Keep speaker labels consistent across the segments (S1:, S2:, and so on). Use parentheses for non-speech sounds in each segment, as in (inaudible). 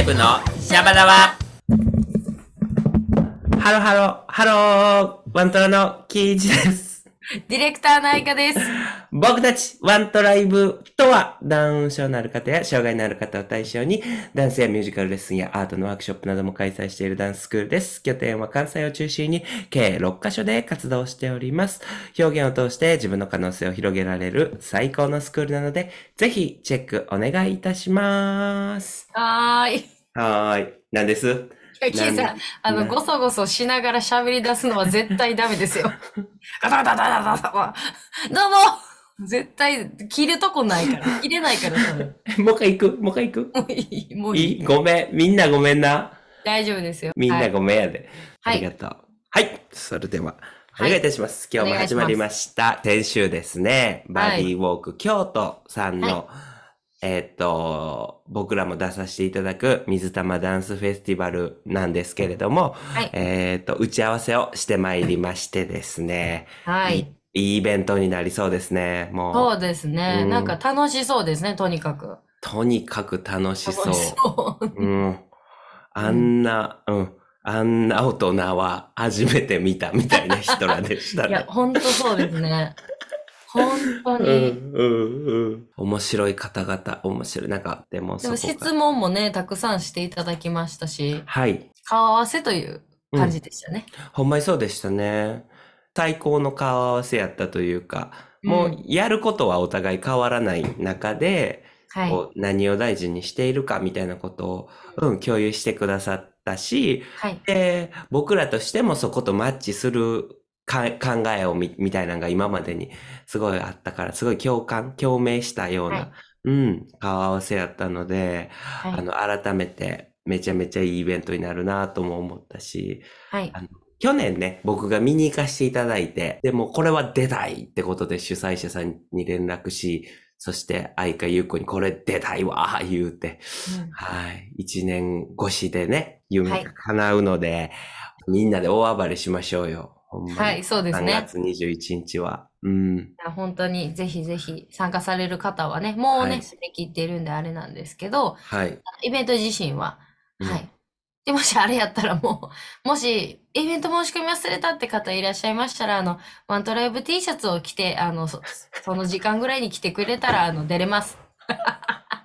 S1: イブのシャバダバ
S2: ハロハロ、ハロー、ワントラのキイチです。
S3: ディレクターの愛花です。
S2: 僕たちワントライブとは、ダウン症のある方や障害のある方を対象に、ダンスやミュージカルレッスンやアートのワークショップなども開催しているダンススクールです。拠点は関西を中心に、計6カ所で活動しております。表現を通して自分の可能性を広げられる最高のスクールなので、ぜひチェックお願いいたします。
S3: はーい。い
S2: はーい。なんです
S3: や、キイさん、あの、ごそごそしながら喋り出すのは絶対ダメで
S2: (laughs)
S3: すよ。ガタガタガタガタガタはどうも絶対、切るとこないから。切れないから、多分
S2: (laughs) もう一回行くもう一回行
S3: もういい、も
S2: く
S3: うい
S2: い
S3: い。
S2: いごめん。みんなごめんな。
S3: 大丈夫ですよ。
S2: みん
S3: は
S2: ないごめんやで。
S3: はい
S2: ありがとう。はい。それでは、お
S3: はい
S2: 願いいたします。今日も
S3: お願
S2: 始
S3: いします
S2: まりました。先週ですね、バディウォーク京都さんの、えーっと、僕らも出させていただく水玉ダンスフェスティバルなんですけれども、
S3: はい
S2: えーっと、打ち合わせをしてまいりましてですね、
S3: はい。
S2: いいイベントになりそうですね。もう、
S3: そうですね
S2: う。ん
S3: なんか楽しそうですね、とにかく。
S2: とにかく楽しそう
S3: 楽。しそう。
S2: うん。あんな、うん。あんな大人は初めて見たみたいな人らでした
S3: いや、
S2: ね。
S3: ほんとそうですね。ほんと
S2: うん、
S3: に。
S2: うん、うん。面白い方々、面白い。なんか、でも
S3: で
S2: そ
S3: も
S2: こが
S3: 質問もね、たくさんしていただきましたし、
S2: はい。
S3: 顔合わせという
S2: うん
S3: 感じでしたね。
S2: ほんまにそうでしたね。最高の顔合わせやったというか、も
S3: う
S2: うんやることはお互い変わらない中で、
S3: はい。
S2: こう何を大事にしているかみたいなことを、うん、共有してくださったし、
S3: はい。
S2: で、僕らとしてもそことマッチするか考えをみ、みたいなのが今までにすごいあったから、すごい共感、共鳴したような、
S3: はい
S2: うん、顔合わせやったので、
S3: は
S2: あ
S3: い。
S2: の、改めてめちゃめちゃいいイベントになるなとも思ったし、
S3: はい。
S2: 去年ね、僕が見に行かせていただいて、でもこれは出たいってことで主催者さんに連絡し、そして愛花優子にこれ出たいわ、言うて、
S3: うん
S2: はい。一年越しでね、夢
S3: はい
S2: が叶うので、みんなで大暴れしましょうよ。ほんまに
S3: はい、そうです
S2: 3
S3: ね。
S2: 月21日は。うん。
S3: 本当にぜひぜひ参加される方はね、もう
S2: はい
S3: ね、締め切っているんであれなんですけど、
S2: はい。
S3: イベント自身は、
S2: うん
S3: はい。で、もしあれやったらもう、 (laughs) もしイベント申し込み忘れたって方いらっしゃいましたら、あの、ワントライブ T シャツを着て、あの、そその時間ぐらいに来てくれたら、あの、出
S2: (laughs)
S3: れます。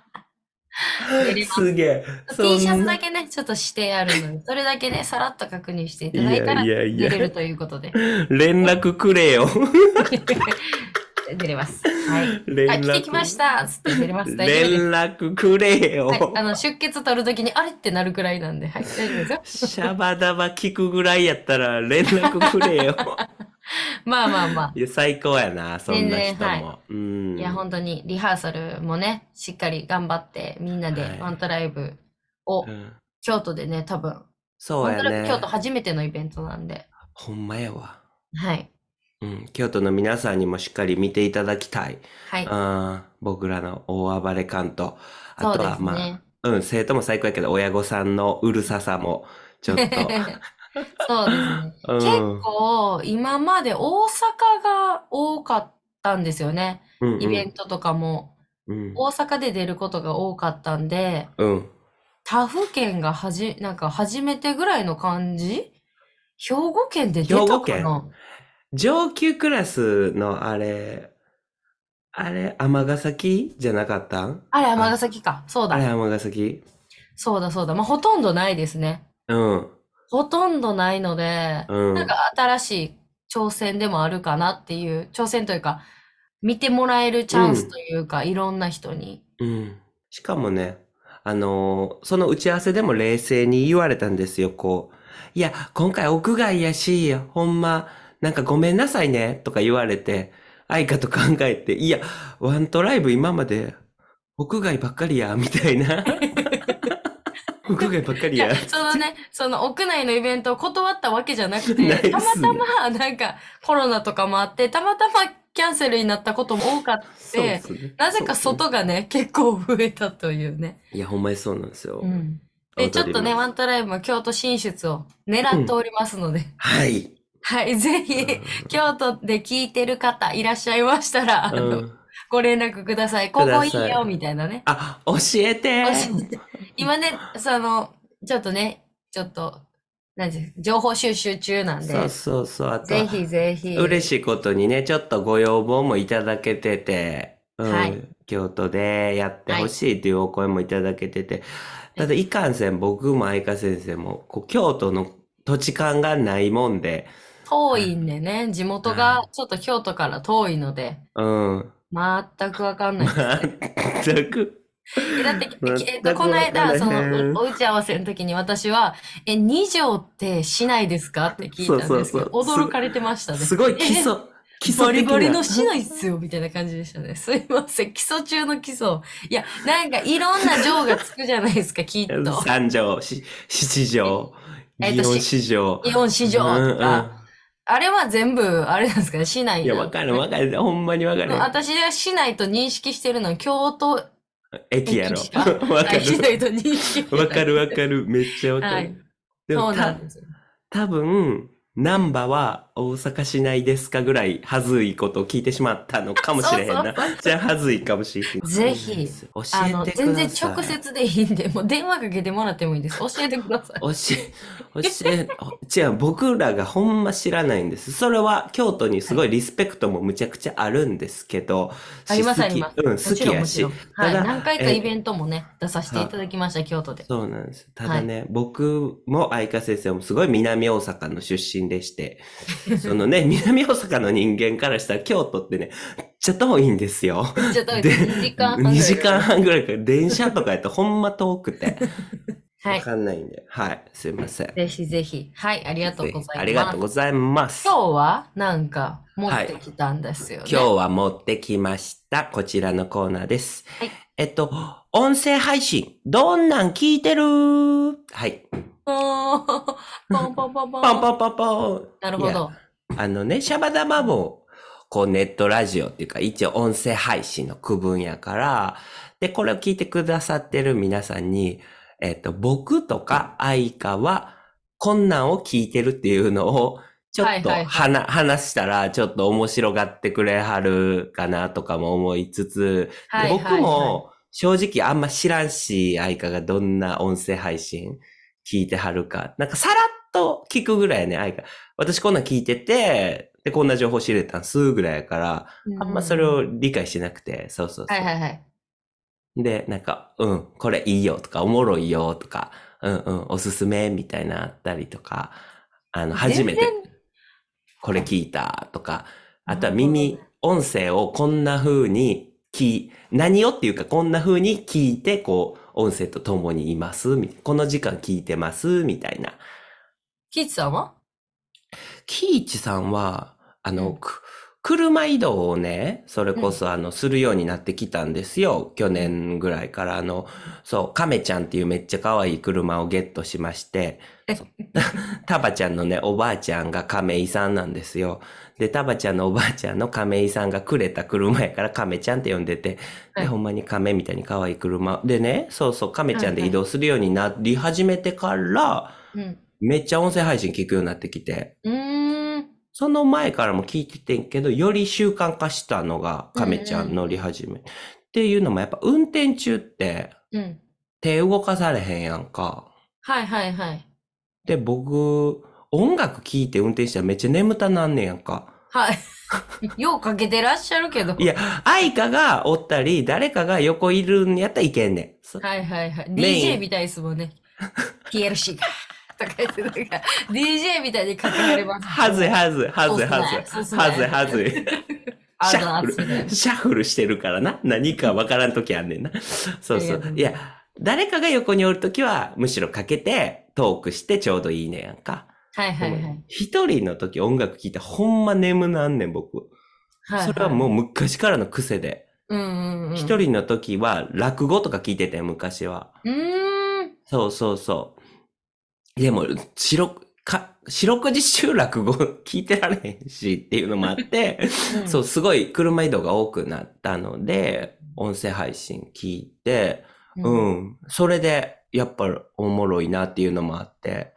S3: 出れます
S2: すげえ。
S3: T シャツだ
S2: け
S3: けね、ちょっとしてあるので、それだけね、さらっと確認していた
S2: い
S3: だいた
S2: や
S3: ら
S2: い、やい
S3: 出
S2: や
S3: れ、るということで。
S2: 連絡くれよ。
S3: (laughs) 出れます。はい。
S2: 連
S3: あ、
S2: 絡。
S3: 来てきましたつって出れます。大丈夫で
S2: 連
S3: す。
S2: 絡くれよ。
S3: はい、あの出血取るときにあれってなるくらいなん
S2: (laughs)
S3: で、はい、大丈夫ですよ。
S2: シャバダバ聞くぐらいやったら連絡く
S3: (laughs)
S2: れよ。
S3: まあまあまあ。
S2: いや、最高やな、そんな人も。
S3: 全然
S2: うん。
S3: いや、本当にリハーサルもね、しっかり頑張って、みんな
S2: は
S3: で
S2: い
S3: ワントライブを、
S2: うん
S3: 京都でね、多分、
S2: そう
S3: ワン
S2: や
S3: トライ
S2: ね
S3: ブ。京都初めてのイベントなんで、
S2: ほんまやわ。
S3: はい。
S2: うん、京都の皆さんにもしっかり見ていただきたい。
S3: はい。
S2: うん、僕らの大暴れ感と、あ
S3: そう
S2: と
S3: で
S2: は
S3: す
S2: まあ、
S3: ね。
S2: うん、生徒も最高やけど、親御さんのうるささも、ちょっ
S3: (laughs)
S2: と、
S3: そうですね。
S2: うん、
S3: 結構、今まで大阪が多かったんですよね。
S2: うんうん
S3: イベントとかも。
S2: うん、
S3: 大阪で出ることが多かったんで、
S2: うん、
S3: 他府県がはじ、なんか初めてぐらいの感じ兵庫県で出
S2: 兵
S3: た
S2: 庫
S3: か
S2: 県
S3: な
S2: 上級クラスのあれ、あれ、尼崎じゃなかったん
S3: あれ、尼崎か。そう
S2: あれ、
S3: だ。
S2: 尼崎
S3: そうだ、そうだ。まあ、ほとんどないですね。
S2: うん、
S3: ほとんどないので、
S2: うん
S3: なんか新しい挑戦でもあるかなっていう、挑戦というか、見てもらえるチャンスというか、いろんな人に。
S2: うん。しかもね、あのーその打ち合わせでも冷静に言われたんですよ、こう。いや、今回屋外やし、ほんま、なんかごめんなさいね、とか言われて、愛花と考えて、いや、ワントライブ今まで、屋外ばっかりや、みたい
S3: (laughs)
S2: な。屋外ばっかり
S3: い
S2: や
S3: や、。そのね、その屋内のイベントを断ったわけじゃな
S2: (laughs)
S3: く
S2: ないっす
S3: て、
S2: ね
S3: たまたま、なんかコロナとかもあって、たまたまキャンセルになったことも多かった。
S2: そうですね。
S3: なぜか
S2: そうですね
S3: 外がね、結構増えたというね。
S2: いや、ほんまにそうなんですよ。
S3: うん。で、ちょっとね、ワントライブも京都進出を狙っておりますので、
S2: はい。
S3: はい、ぜ
S2: う
S3: ひ、
S2: ん
S3: (laughs) 京都で聞いてる方いらっしゃいましたら、あの、
S2: うん
S3: ご連絡ください。ここいいよ、みたいなね。
S2: あ、教えて
S3: 教え今ね、その、ちょっとね、ちょっと、なんていう情報収集中なんで
S2: そ、うそうそう。あとは
S3: ぜひぜひ。
S2: 嬉しいことにね、ちょっとご要望もいただけてて、うん、
S3: はい
S2: 京都でやってほしいというお声もいただけてて、ただいかんせん僕も愛花先生も、こう京都の土地感がないもんで、
S3: 遠いんでね、地元がちょっと京都から遠いので、
S2: うん、
S3: 全くわかんない。
S2: 全く、
S3: えだって、
S2: (laughs) 全く
S3: えっと、この間、
S2: わ
S3: そ
S2: からへん
S3: の、お打ち合わせの時に私は、え、二条って市内ですかって聞いたんですけど、
S2: そうそうそう
S3: 驚かれてましたね。
S2: すごい基
S3: え
S2: 礎、基礎
S3: バリ
S2: 的
S3: バリ
S2: な
S3: の市内っすよ、みたいな感じでしたね。すいません。基礎中の基礎。いや、なんかいろんな情がつくじゃないですか、きっと。
S2: 三条、し七条、
S3: えっ
S2: 祇
S3: と
S2: 園市場。
S3: イオン市場
S2: うんう
S3: と
S2: ん
S3: か。あれは全部、あれなんですかね、市内
S2: いや、わかるわかる。ほんまにわかる。
S3: 私が市内と認識してるのは京都、わ
S2: 駅やろ
S3: 駅しか。
S2: (laughs) わか
S3: 市
S2: る。
S3: 内と認識してない
S2: わかるわかる。めっちゃわか
S3: はい
S2: る。で
S3: そ
S2: も
S3: うな
S2: た
S3: んですよ。
S2: 多分、難波は大阪市内ですかぐらい、はずいことを聞いてしまったのかもしれへん
S3: そ
S2: な
S3: うそう。
S2: じゃあ、はずいかもしれへん。
S3: ぜひ
S2: 教
S3: あ
S2: え
S3: の、
S2: てく
S3: 全
S2: だ
S3: 然
S2: さい。
S3: 直接でいいんで、もう電話かけてもらってもいいです。教えてください。
S2: 教え、教え、じゃあ僕らがほんま知らないんです。それは京都にすごいリスペクトもむちゃくちゃあるんですけど、
S3: あります
S2: し
S3: あります
S2: 好きうん、
S3: も
S2: 好
S3: ち
S2: き
S3: ろん、
S2: や
S3: もち
S2: し
S3: ろん。。は
S2: た
S3: い。
S2: だ
S3: 何回か
S2: えー
S3: イベントもね、出させていただきました、京都で。
S2: そうなんです。ただね、僕も愛花先生もすごい南大阪の出身でして、
S3: (laughs)
S2: そのね、南大阪の人間からしたら京都ってね、めっちゃ遠いんですよ。
S3: ちょっと
S2: で
S3: 2時間半ぐら
S2: 2
S3: い。
S2: 時間半ぐらいから電車とかやったらほんま遠くて、
S3: は
S2: わ
S3: い。
S2: かんないんで、はい、すいません。あ
S3: ぜひぜひ。はい、ありがとうございます。
S2: ありがとうございます。
S3: 今日はなんか持ってきたんですよね。 (laughs)
S2: 今日は持ってきました。こちらのコーナーです。
S3: はい
S2: えっと、音声配信、どんなん聞いてるはい。
S3: おーポンポンポンポン。
S2: ポンポンポンポン。
S3: なるほ
S2: いや。
S3: ど。
S2: あのね、シャバダバも、こうネットラジオっていうか、一応音声配信の区分やから、で、これを聞いてくださってる皆さんに、えっと、僕とか愛花は、こんなんを聞いてるっていうのを、ちょっと
S3: はいはい
S2: は
S3: はい
S2: な話したら、ちょっと面白がってくれはるかなとかも思いつつ、
S3: はい。
S2: で
S3: はい
S2: 僕、も正直あんま知らんし、愛花がどんな音声配信聞いてはるか。なんかさらっと聞くぐらいやね、愛花。私こんなん聞いてて、で、こんな情報知れたんすぐらいやから、あんまそれ
S3: う
S2: を理解してなくて、そうそうそう。
S3: はいはいはい。
S2: で、なんか、うん、これいいよとか、おもろいよとか、うんうん、おすすめみたいなあったりとか、あの、初めて
S3: 全然
S2: これ聞いたとか、あとは
S3: な
S2: 耳
S3: る、
S2: 音声をこんな風に聞い、何をっていうかこんな風に聞いて、こう、音声と共にいます、みこの時間聞いてます、みたいな。
S3: キッズさんは
S2: キイチさんは、あの、
S3: うん
S2: く車移動をね、それこそ、あの、するようになってきたんですよ。去年ぐらいから、あの、そう、カメちゃんっていうめっちゃ可愛い車をゲットしまして、そう (laughs) タバちゃんのね、おばあちゃんが亀井さんなんですよ。で、タバちゃんのおばあちゃんの亀井さんがくれた車やから亀ちゃんって呼んでて、
S3: は
S2: で、
S3: い
S2: ほんまに亀みたいに可愛い車。でね、そうそう、亀ちゃんで
S3: はいはい
S2: 移動するようになり始めてから、
S3: うん。
S2: めっちゃ音声配信聞くようになってきて、
S3: うーん。
S2: その前からも聞いててんけど、より習慣化したのが、亀ちゃん乗り始め。っていうのもやっぱ運転中って
S3: うん。
S2: 手動かされへんやんか。
S3: はいはいはい。
S2: で、僕、音楽聴いて運転したらめっちゃ眠たなんねんやんか。
S3: はい。 (laughs) ようかけてらっしゃるけど。
S2: いや、愛花がおったり、誰かが横いるんやったらいけんねん。そ
S3: はいはいはい。
S2: メイン
S3: DJ みたいですもんね。TLC が。とか言ってなん
S2: (laughs)
S3: か、DJ みたいにかけられます。
S2: はずいはずいはずいは
S3: そうっすねそうっ
S2: ず
S3: す
S2: い。はずい
S3: ね
S2: はずい。
S3: あ
S2: シ
S3: ざ
S2: ャッ
S3: あ
S2: フ
S3: ざみたいな
S2: ル、シャッフルしてるからな。何かわからんときあんねんな。そうそ
S3: ありがとう
S2: う。
S3: ご
S2: い
S3: ざい
S2: や、誰かが横におるときは、むしろかけて、トークしてちょうどいいねやんか。
S3: はいはいはい
S2: でも一人のとき音楽聴いてほんま眠なんねん、僕。
S3: はいはい。
S2: それはもう昔からの癖で。
S3: うんうんうん。
S2: 一、人のときは落語とか聞いてて、昔は。
S3: うーん。
S2: そうそうそう。でも、四六、か、四六時中落語 (laughs) 聞いてられへんしっていうのもあって、そう、すごい車移動が多くなったので、音声配信聞いて、
S3: うん。
S2: う
S3: うん。
S2: ん。それで、やっぱおもろいなっていうのもあって。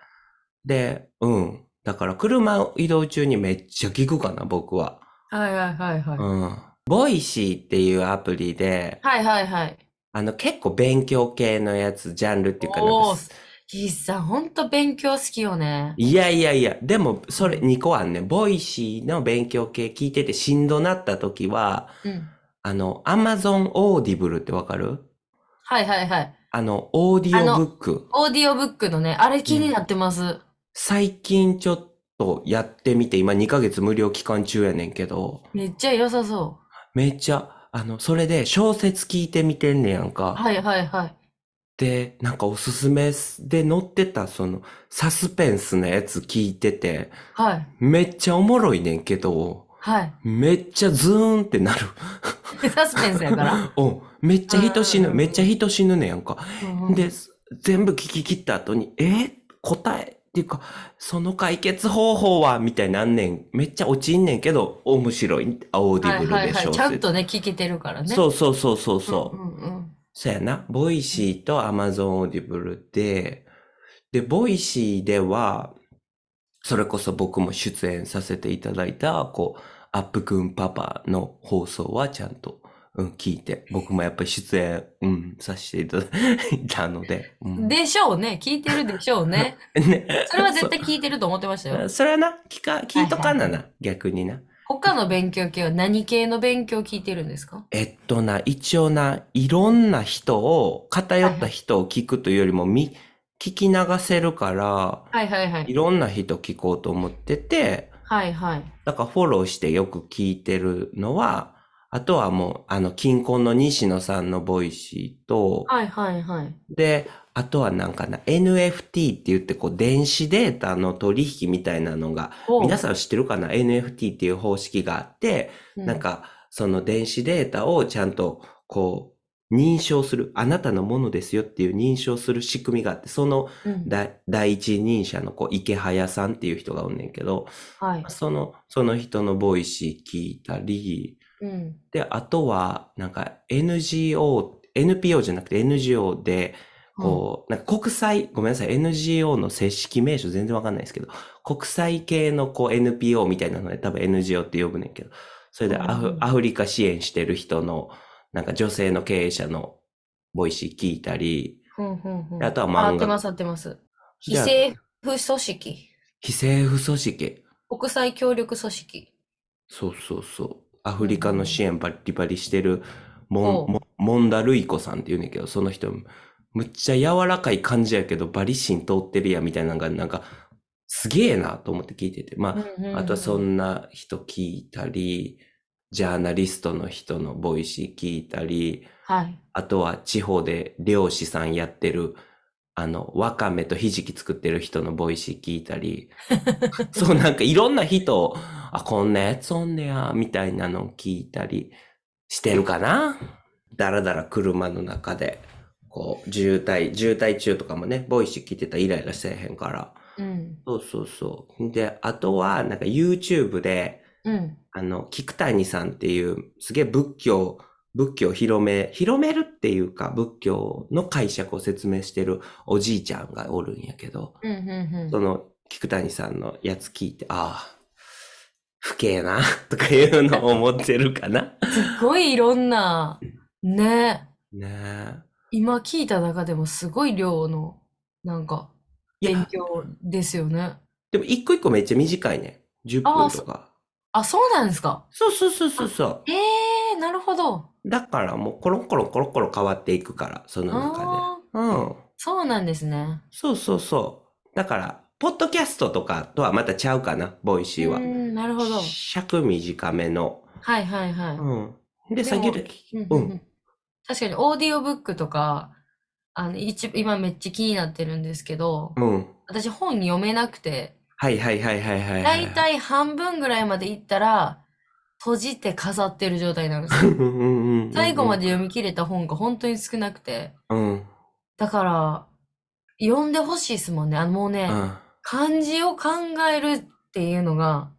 S2: で、うん。だから車移動中にめっちゃ聞くかな、僕は。
S3: はいはいはいはい。
S2: うん。ボイシーっていうアプリで、
S3: はいはいはい。
S2: あの、結構勉強系のやつ、ジャンルっていうかなんか
S3: おーひっさん、ほんと勉強好きよね。
S2: いやいやいや、でも、それ2個あんねん。ボイシーの勉強系聞いててしんどなった時は、
S3: うん。
S2: あの、アマゾンオーディブルってわかる
S3: はいはいはい。
S2: あの、オーディオブック。
S3: オーディオブックのね、あれ気になってます。
S2: 最近ちょっとやってみて、今2ヶ月無料期間中やねんけど、
S3: めっちゃ良さそ
S2: めっちゃ、あの、それで小説聞いてみてんねやん
S3: う。
S2: か。
S3: はいはいはい。
S2: で、なんかおすすめで載ってた、その、サスペンスのやつ聞いてて、
S3: はい。
S2: めっちゃおもろいねんけど、
S3: はい。 (laughs)
S2: めっちゃズーンってなる。
S3: サスペンスや
S2: (laughs)
S3: から。
S2: うん。めっちゃ人死
S3: う
S2: ぬ、
S3: ん
S2: めっちゃ人死ぬねやんか。
S3: うんうん
S2: で、全部聞き切った後に、え答えっていうか、その解決方法はみたいなんねん。めっちゃ落ちんねんけど、面白い。オーディブル
S3: はいは
S2: で
S3: いはい。
S2: 小
S3: ちゃん
S2: 説。
S3: とね、聞けてるからね。
S2: そうそうそうそうそう。
S3: んうんうん。
S2: そうやな。ボイシーとアマゾンオーディブルで、で、ボイシーでは、それこそ僕も出演させていただいた、こう、アップくんパパの放送はちゃんと、うん、聞いて、僕もやっぱり出演、うん、させていただいたので。うん、
S3: でしょうね。聞いてるでしょ
S2: (laughs)
S3: うね。
S2: ね、
S3: それは絶対聞いてると思ってましたよ。
S2: そそれはな、聞か、聞いとかなな、逆にな。
S3: 他の勉強系は何系の勉強聞いてるんですか
S2: えっとな、一応な、いろんな人を、偏った人を聞くというよりも、み、聞き流せるから、
S3: はいはいはいい。
S2: ろんな人聞こうと思ってて、
S3: はいはい。
S2: だからフォローしてよく聞いてるのは、あとはもう、あの、近婚の西野さんのボイシーと、
S3: はいはいはい。
S2: で、あとはなんかな、NFT って言って、こう、電子データの取引みたいなのが、
S3: お
S2: 皆さん知ってるかな ?NFT っていう方式があって、
S3: う
S2: なんか、その電子データをちゃんと、こう、認証する、あなたのものですよっていう認証する仕組みがあって、その
S3: うん
S2: だ第一人者のこう池早さんっていう人がおんねんけど、
S3: はい。
S2: その、その人のボイシー聞いたり、
S3: うん。
S2: で、あとは、なんか NGO、NPO じゃなくて NGO で、こう、なんか国際、ごめんなさい、NGO の正式名称全然わかんないですけど、国際系のこう NPO みたいなので多分 NGO って呼ぶねんけど、それでアフ,、
S3: うん
S2: アフリカ支援してる人の、なんか女性の経営者のボイシー聞いたり、
S3: うんうんうん。
S2: あとは漫画
S3: あ合ってます合ってます。非
S2: じゃあ
S3: 政府組織。
S2: 非政府組織、
S3: 国際協力組織。
S2: そうそうそう。アフリカの支援バリバリしてるモ
S3: お
S2: ン、モンモンダルイコさんって言うねんけど、その人、むっちゃ柔らかい感じやけど、バリ芯通ってるやんみたいなのが、なんか、すげえなと思って聞いてて。ま
S3: うんうんうん
S2: あ、あとはそんな人聞いたり、ジャーナリストの人のボイシー聞いたり、
S3: はい。
S2: あとは地方で漁師さんやってる、あの、わかめとひじき作ってる人のボイシー聞いたり、そうなんかいろんな人を、あ、こんなやつおんねや、みたいなのを聞いたりしてるかな。だらだら車の中で、こう、渋滞、渋滞中とかもね、ボイシー聞いてたらイライラせえへんから。
S3: うん。
S2: そうそうそう。で、あとは、なんか YouTube で、
S3: うん。
S2: あの、菊谷さんっていう、すげえ仏教、仏教を広め、広めるっていうか、仏教の解釈を説明してるおじいちゃんがおるんやけど、
S3: うんうんう
S2: そ
S3: ん。
S2: の菊谷さんのやつ聞いて、ああ、不敬な、 (laughs) とかいうのを思ってるかな。
S3: すごいいろんな、ね。
S2: (laughs) ね
S3: 今聞いた中でもすごい量の、なんか、
S2: え。い
S3: 勉
S2: や、
S3: 強ですよね。
S2: でも一個一個めっちゃ短いね。10
S3: あ
S2: 分
S3: あ
S2: とか。
S3: あ、そうなんですか。
S2: そうそうそうそうそう。
S3: ええー、なるほど。
S2: だからもうコロンコロンコロンコロン変わっていくから、その中
S3: ああー、
S2: で。うん。
S3: そうなんですね。
S2: そうそうそう。だから、ポッドキャストとかとはまたちゃうかな、ボイシー
S3: うー
S2: は。
S3: ん、なるほど。
S2: 尺短めの。
S3: はいはいはい。
S2: うん。で、
S3: でも
S2: 先ほど、
S3: うん
S2: う
S3: うんんうん確かにオーディオブックとか、あの、一、今めっちゃ気になってるんですけど、
S2: うん。
S3: 私本読めなくて、
S2: はいはいはいはいはいは
S3: だ
S2: い。
S3: いたい半分ぐらいまで行ったら、閉じて飾ってる状態なんですよ。
S2: (laughs) うんうんうんうん
S3: 最後まで。読み切れた本が本当に少なくて。
S2: うん。うん。
S3: だから、読んでほしいですもんね。あの、もうね、漢字を考えるっていうのが、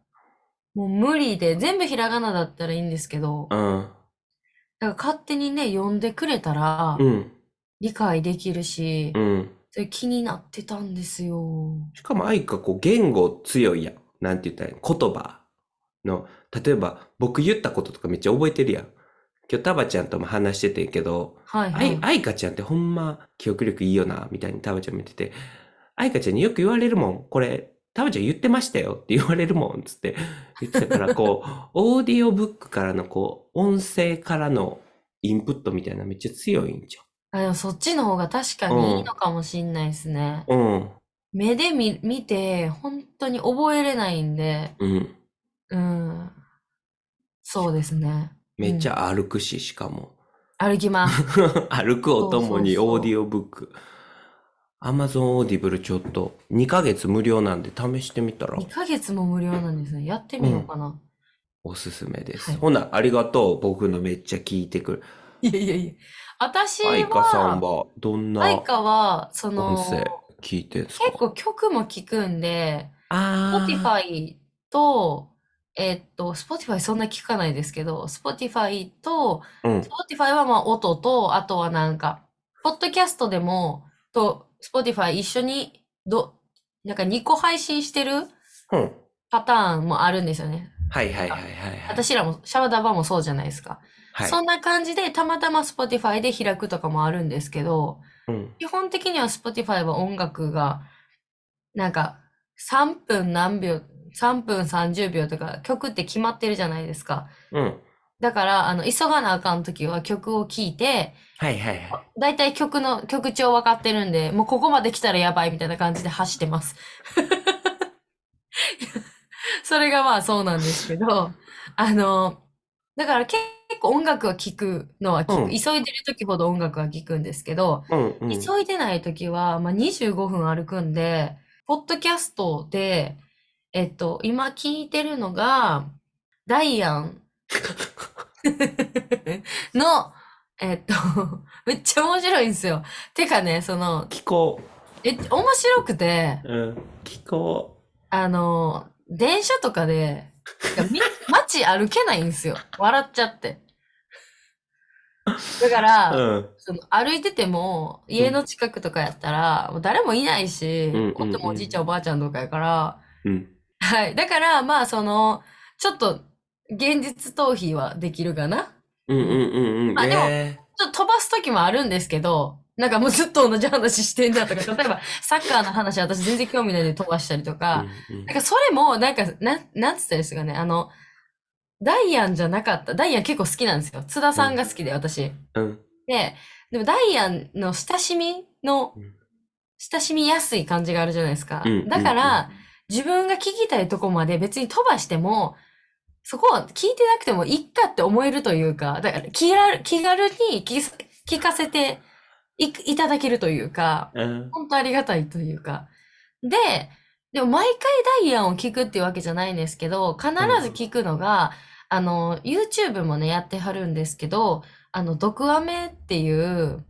S3: もう無理で、全部ひらがなだったらいいんですけど、
S2: うん。
S3: だから勝手にね、読んでくれたら
S2: う、ん。
S3: 理解できるし、
S2: うん。
S3: それ気になってたんですよ。
S2: しかも、愛かこう、言語強いやん。なんて言ったらいいの言葉の例えば、僕言ったこととかめっちゃ覚えてるやん。今日、タバちゃんとも話しててんけど、
S3: はいは
S2: あい
S3: い。
S2: あいかちゃんってほんま記憶力いいよな、みたいにタバちゃん見てて、あいかちゃんによく言われるもん、これ、タバちゃん言ってましたよって言われるもん、つって言ってたから、こ
S3: (laughs)
S2: う、オーディオブックからのこう、音声からのインプットみたいなめっちゃ強いんじ
S3: あ、でもそっちの方が確かにいいのかもしんないですね。
S2: ゃん。うん。
S3: 目で見、見て、本当に覚えれないんで、
S2: うん。
S3: うん。そうですね。
S2: めっちゃ歩くし、しかも。
S3: 歩きます。
S2: (laughs) 歩くおともに
S3: そうそうそう
S2: オーディオブック。アマゾンオーディブルちょっと2ヶ月無料なんで試してみたら
S3: 2ヶ月も無料なんですね。やってみようかな。
S2: おすすめです。
S3: はい
S2: ほな、ありがとう。僕のめっちゃ聞いてくる。
S3: いやいやいや。私
S2: アイカさん
S3: は、
S2: はどん
S3: ア
S2: な
S3: イカは、その、
S2: 音声
S3: 結
S2: 聞いてんすか
S3: 構曲も聴くんで、
S2: あー
S3: Spotify と、えっと、Spotify そんな聞かないですけど、Spotify と、
S2: うん。
S3: Spotify はまあ音と、あとはなんか、ポッドキャストでも、と、Spotify 一緒に、ど、なんか2個配信してる
S2: うん。
S3: パターンもあるんですよね。
S2: はいはいはいはいはい。
S3: 私らも、シャワダバもそうじゃないですか。
S2: はい。
S3: そんな感じで、たまたま Spotify で開くとかもあるんですけど、
S2: うん。
S3: 基本的には Spotify は音楽が、なんか、3分何秒、3分30秒とか、曲って決まってるじゃないですか。
S2: うん。
S3: だから、あの、急がなあかん時は曲を聴いて、
S2: はいはいはい。
S3: だいたい曲の、曲調分かってるんで、もうここまで来たらやばいみたいな感じで走ってます。 (laughs) それがまあそうなんですけど、あの、だから結構音楽は聴くのは聞く、
S2: うん
S3: 急いでる時ほど音楽は聴くんですけど、
S2: うんうん。
S3: 急いでない時は、まあ、25分歩くんで、ポッドキャストで、えっと、今聞いてるのが、ダイアンの、えっと、 (laughs) めっちゃ面白いんですよ。てかね、その、
S2: 聞こ
S3: え、面白くて、
S2: う。うん。聞こ
S3: あの、電車とかで、てかみ (laughs) 街歩けないんですよ。笑っちゃって。だか
S2: う。
S3: ら、
S2: うん。
S3: その歩いてても、家の近くとかやったら、もう誰もいないし
S2: うんうんうん、
S3: おってもおじいちゃんおばあちゃんとかやから、
S2: うん。
S3: はい。だから、まあ、その、ちょっと、現実逃避はできるかな。
S2: うんうんうんうん。
S3: まあでも
S2: え
S3: ちょっと飛ばす時もあるんですけど、なんかもうずっと同じ話してんだとか、例えば、サッカーの話私全然興味ないんで飛ばしたりと
S2: ー
S3: か、
S2: うんうん
S3: なんかそれも、なんか、なん、なんつったんですかね、あの、ダイアンじゃなかった。ダイアン結構好きなんですよ。津田さんが好きで、私。
S2: うん。
S3: で、でもダイアンの親しみの
S2: うん、
S3: 親しみやすい感じがあるじゃないですか
S2: うんうん。
S3: だから、自分が聞きたいとこまで別に飛ばしても、そこは聞いてなくてもいいかって思えるというか、だから気軽気軽に聞き聞かせていくいただけるというか、
S2: うん。
S3: 本当ありがたいというか。で、でも毎回ダイアンを聞くっていうわけじゃないんですけど、必ず聞くのが、あの、YouTube もね、やってはるんですけど、あの、毒アメっていう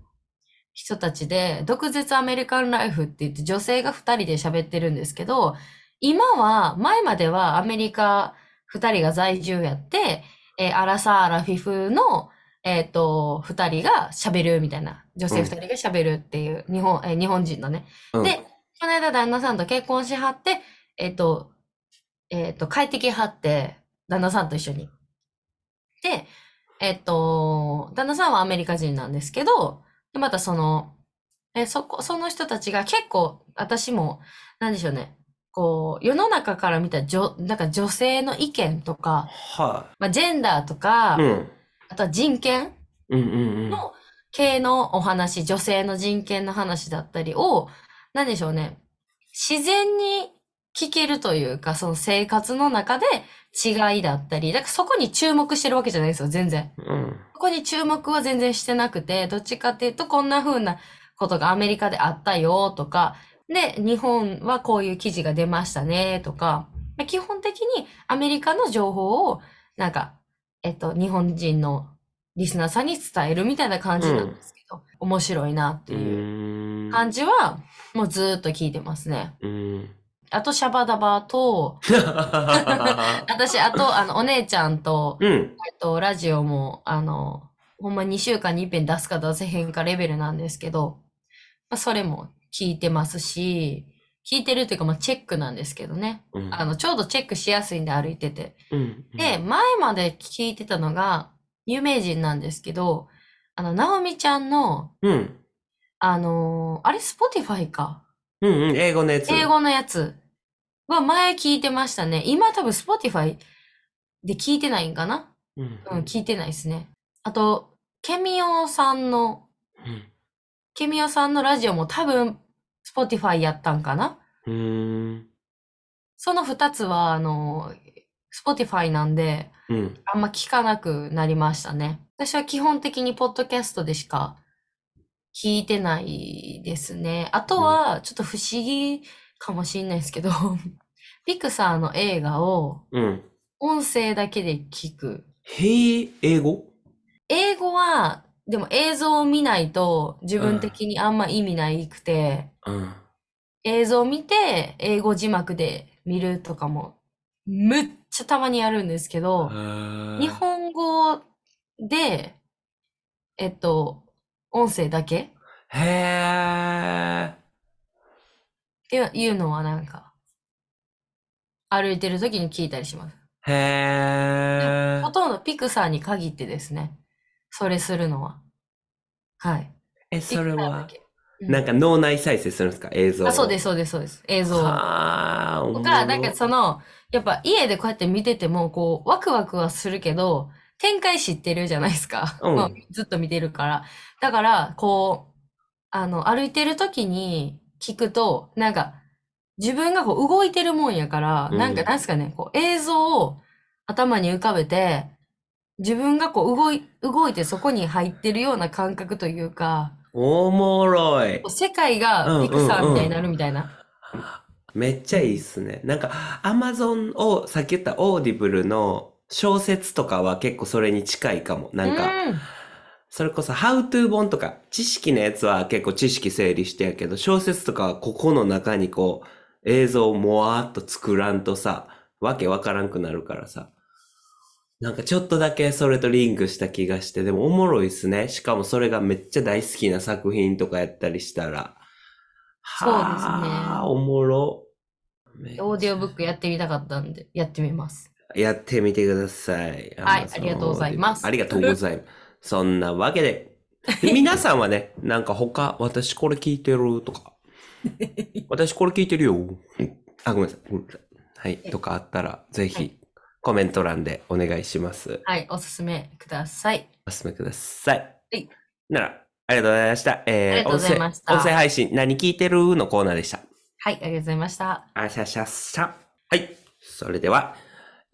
S3: 人たちで、毒舌アメリカンライフって言って女性が二人で喋ってるんですけど、今は、前まではアメリカ二人が在住やって、えーアラサー、アラフィフの、えっ、と、二人が喋るみたいな、女性二人が喋るっていう、日本、えー日本人のね。
S2: うん
S3: で、この間旦那さんと結婚しはって、えっ、と、えっ、と、帰ってきはって、旦那さんと一緒に。で、えっ、と、旦那さんはアメリカ人なんですけど、でまたその、え、そこ、その人たちが結構、私も、なんでしょうね、こう、世の中から見た女、なんか女性の意見とか、
S2: は
S3: まあ、ジェンダーとか、
S2: い。うん。
S3: あとは人権
S2: うんうんうん。
S3: の系のお話、女性の人権の話だったりを、何でしょうね。自然に聞けるというか、その生活の中で違いだったり、だからそこに注目してるわけじゃないですよ、全然。
S2: うん。
S3: そこに注目は全然してなくて、どっちかっていうとこんな風なことがアメリカであったよとか、で、日本はこういう記事が出ましたねとか、まあ基本的にアメリカの情報を、なんか、えっと、日本人のリスナーさんに伝えるみたいな感じなんですけど、面白いなって
S2: う
S3: いう
S2: ーん。
S3: 感じは、もうずーっと聞いてますね。
S2: うー
S3: (laughs)
S2: ん。
S3: あと、シャバダバと、私、あと、あの、お姉ちゃんと、
S2: うん。
S3: えっと、ラジオも、あの、ほんま2週間に一遍出すか出せへんかレベルなんですけど、まあ、それも聞いてますし、聞いてるっていうか、まあ、チェックなんですけどね。
S2: うん。
S3: あの、ちょうどチェックしやすいんで歩いてて。
S2: うん、
S3: で、前まで聞いてたのが、有名人なんですけど、あの、ナオミちゃんの、
S2: うん。
S3: あのーあれ、スポティファイか。
S2: うんうん、英語のやつ。
S3: 英語のやつは前聞いてましたね。今多分 Spotify で聞いてないんかな
S2: うん。
S3: うん、聞いてないですね。あと、ケミオさんの、ケミオさんのラジオも多分 Spotify やったんかな
S2: うん。
S3: その二つは、あの、Spotify なんで、
S2: うん。
S3: あんま聞かなくなりましたね。私は基本的にポッドキャストでしか聞いてないですね。あとは、ちょっと不思議かもしれないですけど、 (laughs) ピクサーの映画を
S2: うん。
S3: 音声だけで聞く。
S2: へえ、英語
S3: 英語は、でも映像を見ないと自分的にあんま意味ないくて、
S2: うん。
S3: 映像を見て英語字幕で見るとかも、むっちゃたまにやるんですけど、
S2: 日
S3: 日本語で、えっと、音声だけっ
S2: へえ。
S3: ていうのはなんか、歩いてる時に聞いたりします。
S2: へえ
S3: ほ。とんどピクサーに限ってですね。それするのは。はい。
S2: え、それは、
S3: ピクサーだけ。
S2: なんか脳内再生するんですか映像。
S3: うん、あ、そうですす、そうです、そうです。映像を。
S2: はあ、おも
S3: と
S2: ろ
S3: か、なんかその、やっぱ家でこうやって見てても、こう、ワクワクはするけど、展開知ってるじゃないですか。
S2: うん
S3: まあずっと見てるから。だから、こう、あの、歩いてる時に聞くと、なんか、自分がこう動いてるもんやから、
S2: うん
S3: なんか、なんすかね、こう映像を頭に浮かべて、自分がこう動い、動いてそこに入ってるような感覚というか、
S2: おもろい
S3: こう。世界がピクサーみたいになるみたいな。
S2: めっちゃいいっすね。なんか、アマゾンを、さっき言ったオーディブルの小説とかは結構それに近いかも。なんか、
S3: うん
S2: それこそ、ハウトゥー本とか、知識のやつは結構知識整理してやけど、小説とかはここの中にこう、映像をもわーっと作らんとさ、わけわからんくなるからさ。なんかちょっとだけそれとリンクした気がして、でもおもろいっすね。しかもそれがめっちゃ大好きな作品とかやったりしたら。
S3: そうですね
S2: はあ、おもろ。
S3: オーディオブックやってみたかったんで、やってみます。
S2: やってみてください。
S3: はい
S2: Amazon
S3: ありがとうございます
S2: ありがとうございます。そんなわけで、で皆さんは
S3: (laughs)
S2: ね、なんか他、私これ聞いてるとか、私これ聞いてるよ。あ、ごめんなさい。ごめんなさいはい、とかあったら、ぜ
S3: は
S2: ひコメント欄でお願いします。
S3: はい、おすすめください。
S2: おすすめください。
S3: はい
S2: なら、ありがとうございました。えー
S3: ありがとうございました
S2: 音声音声配信、何聞いてるのコーナーでした。
S3: はい、ありがとうございました。
S2: あしゃしゃっしゃ。はい。それでは、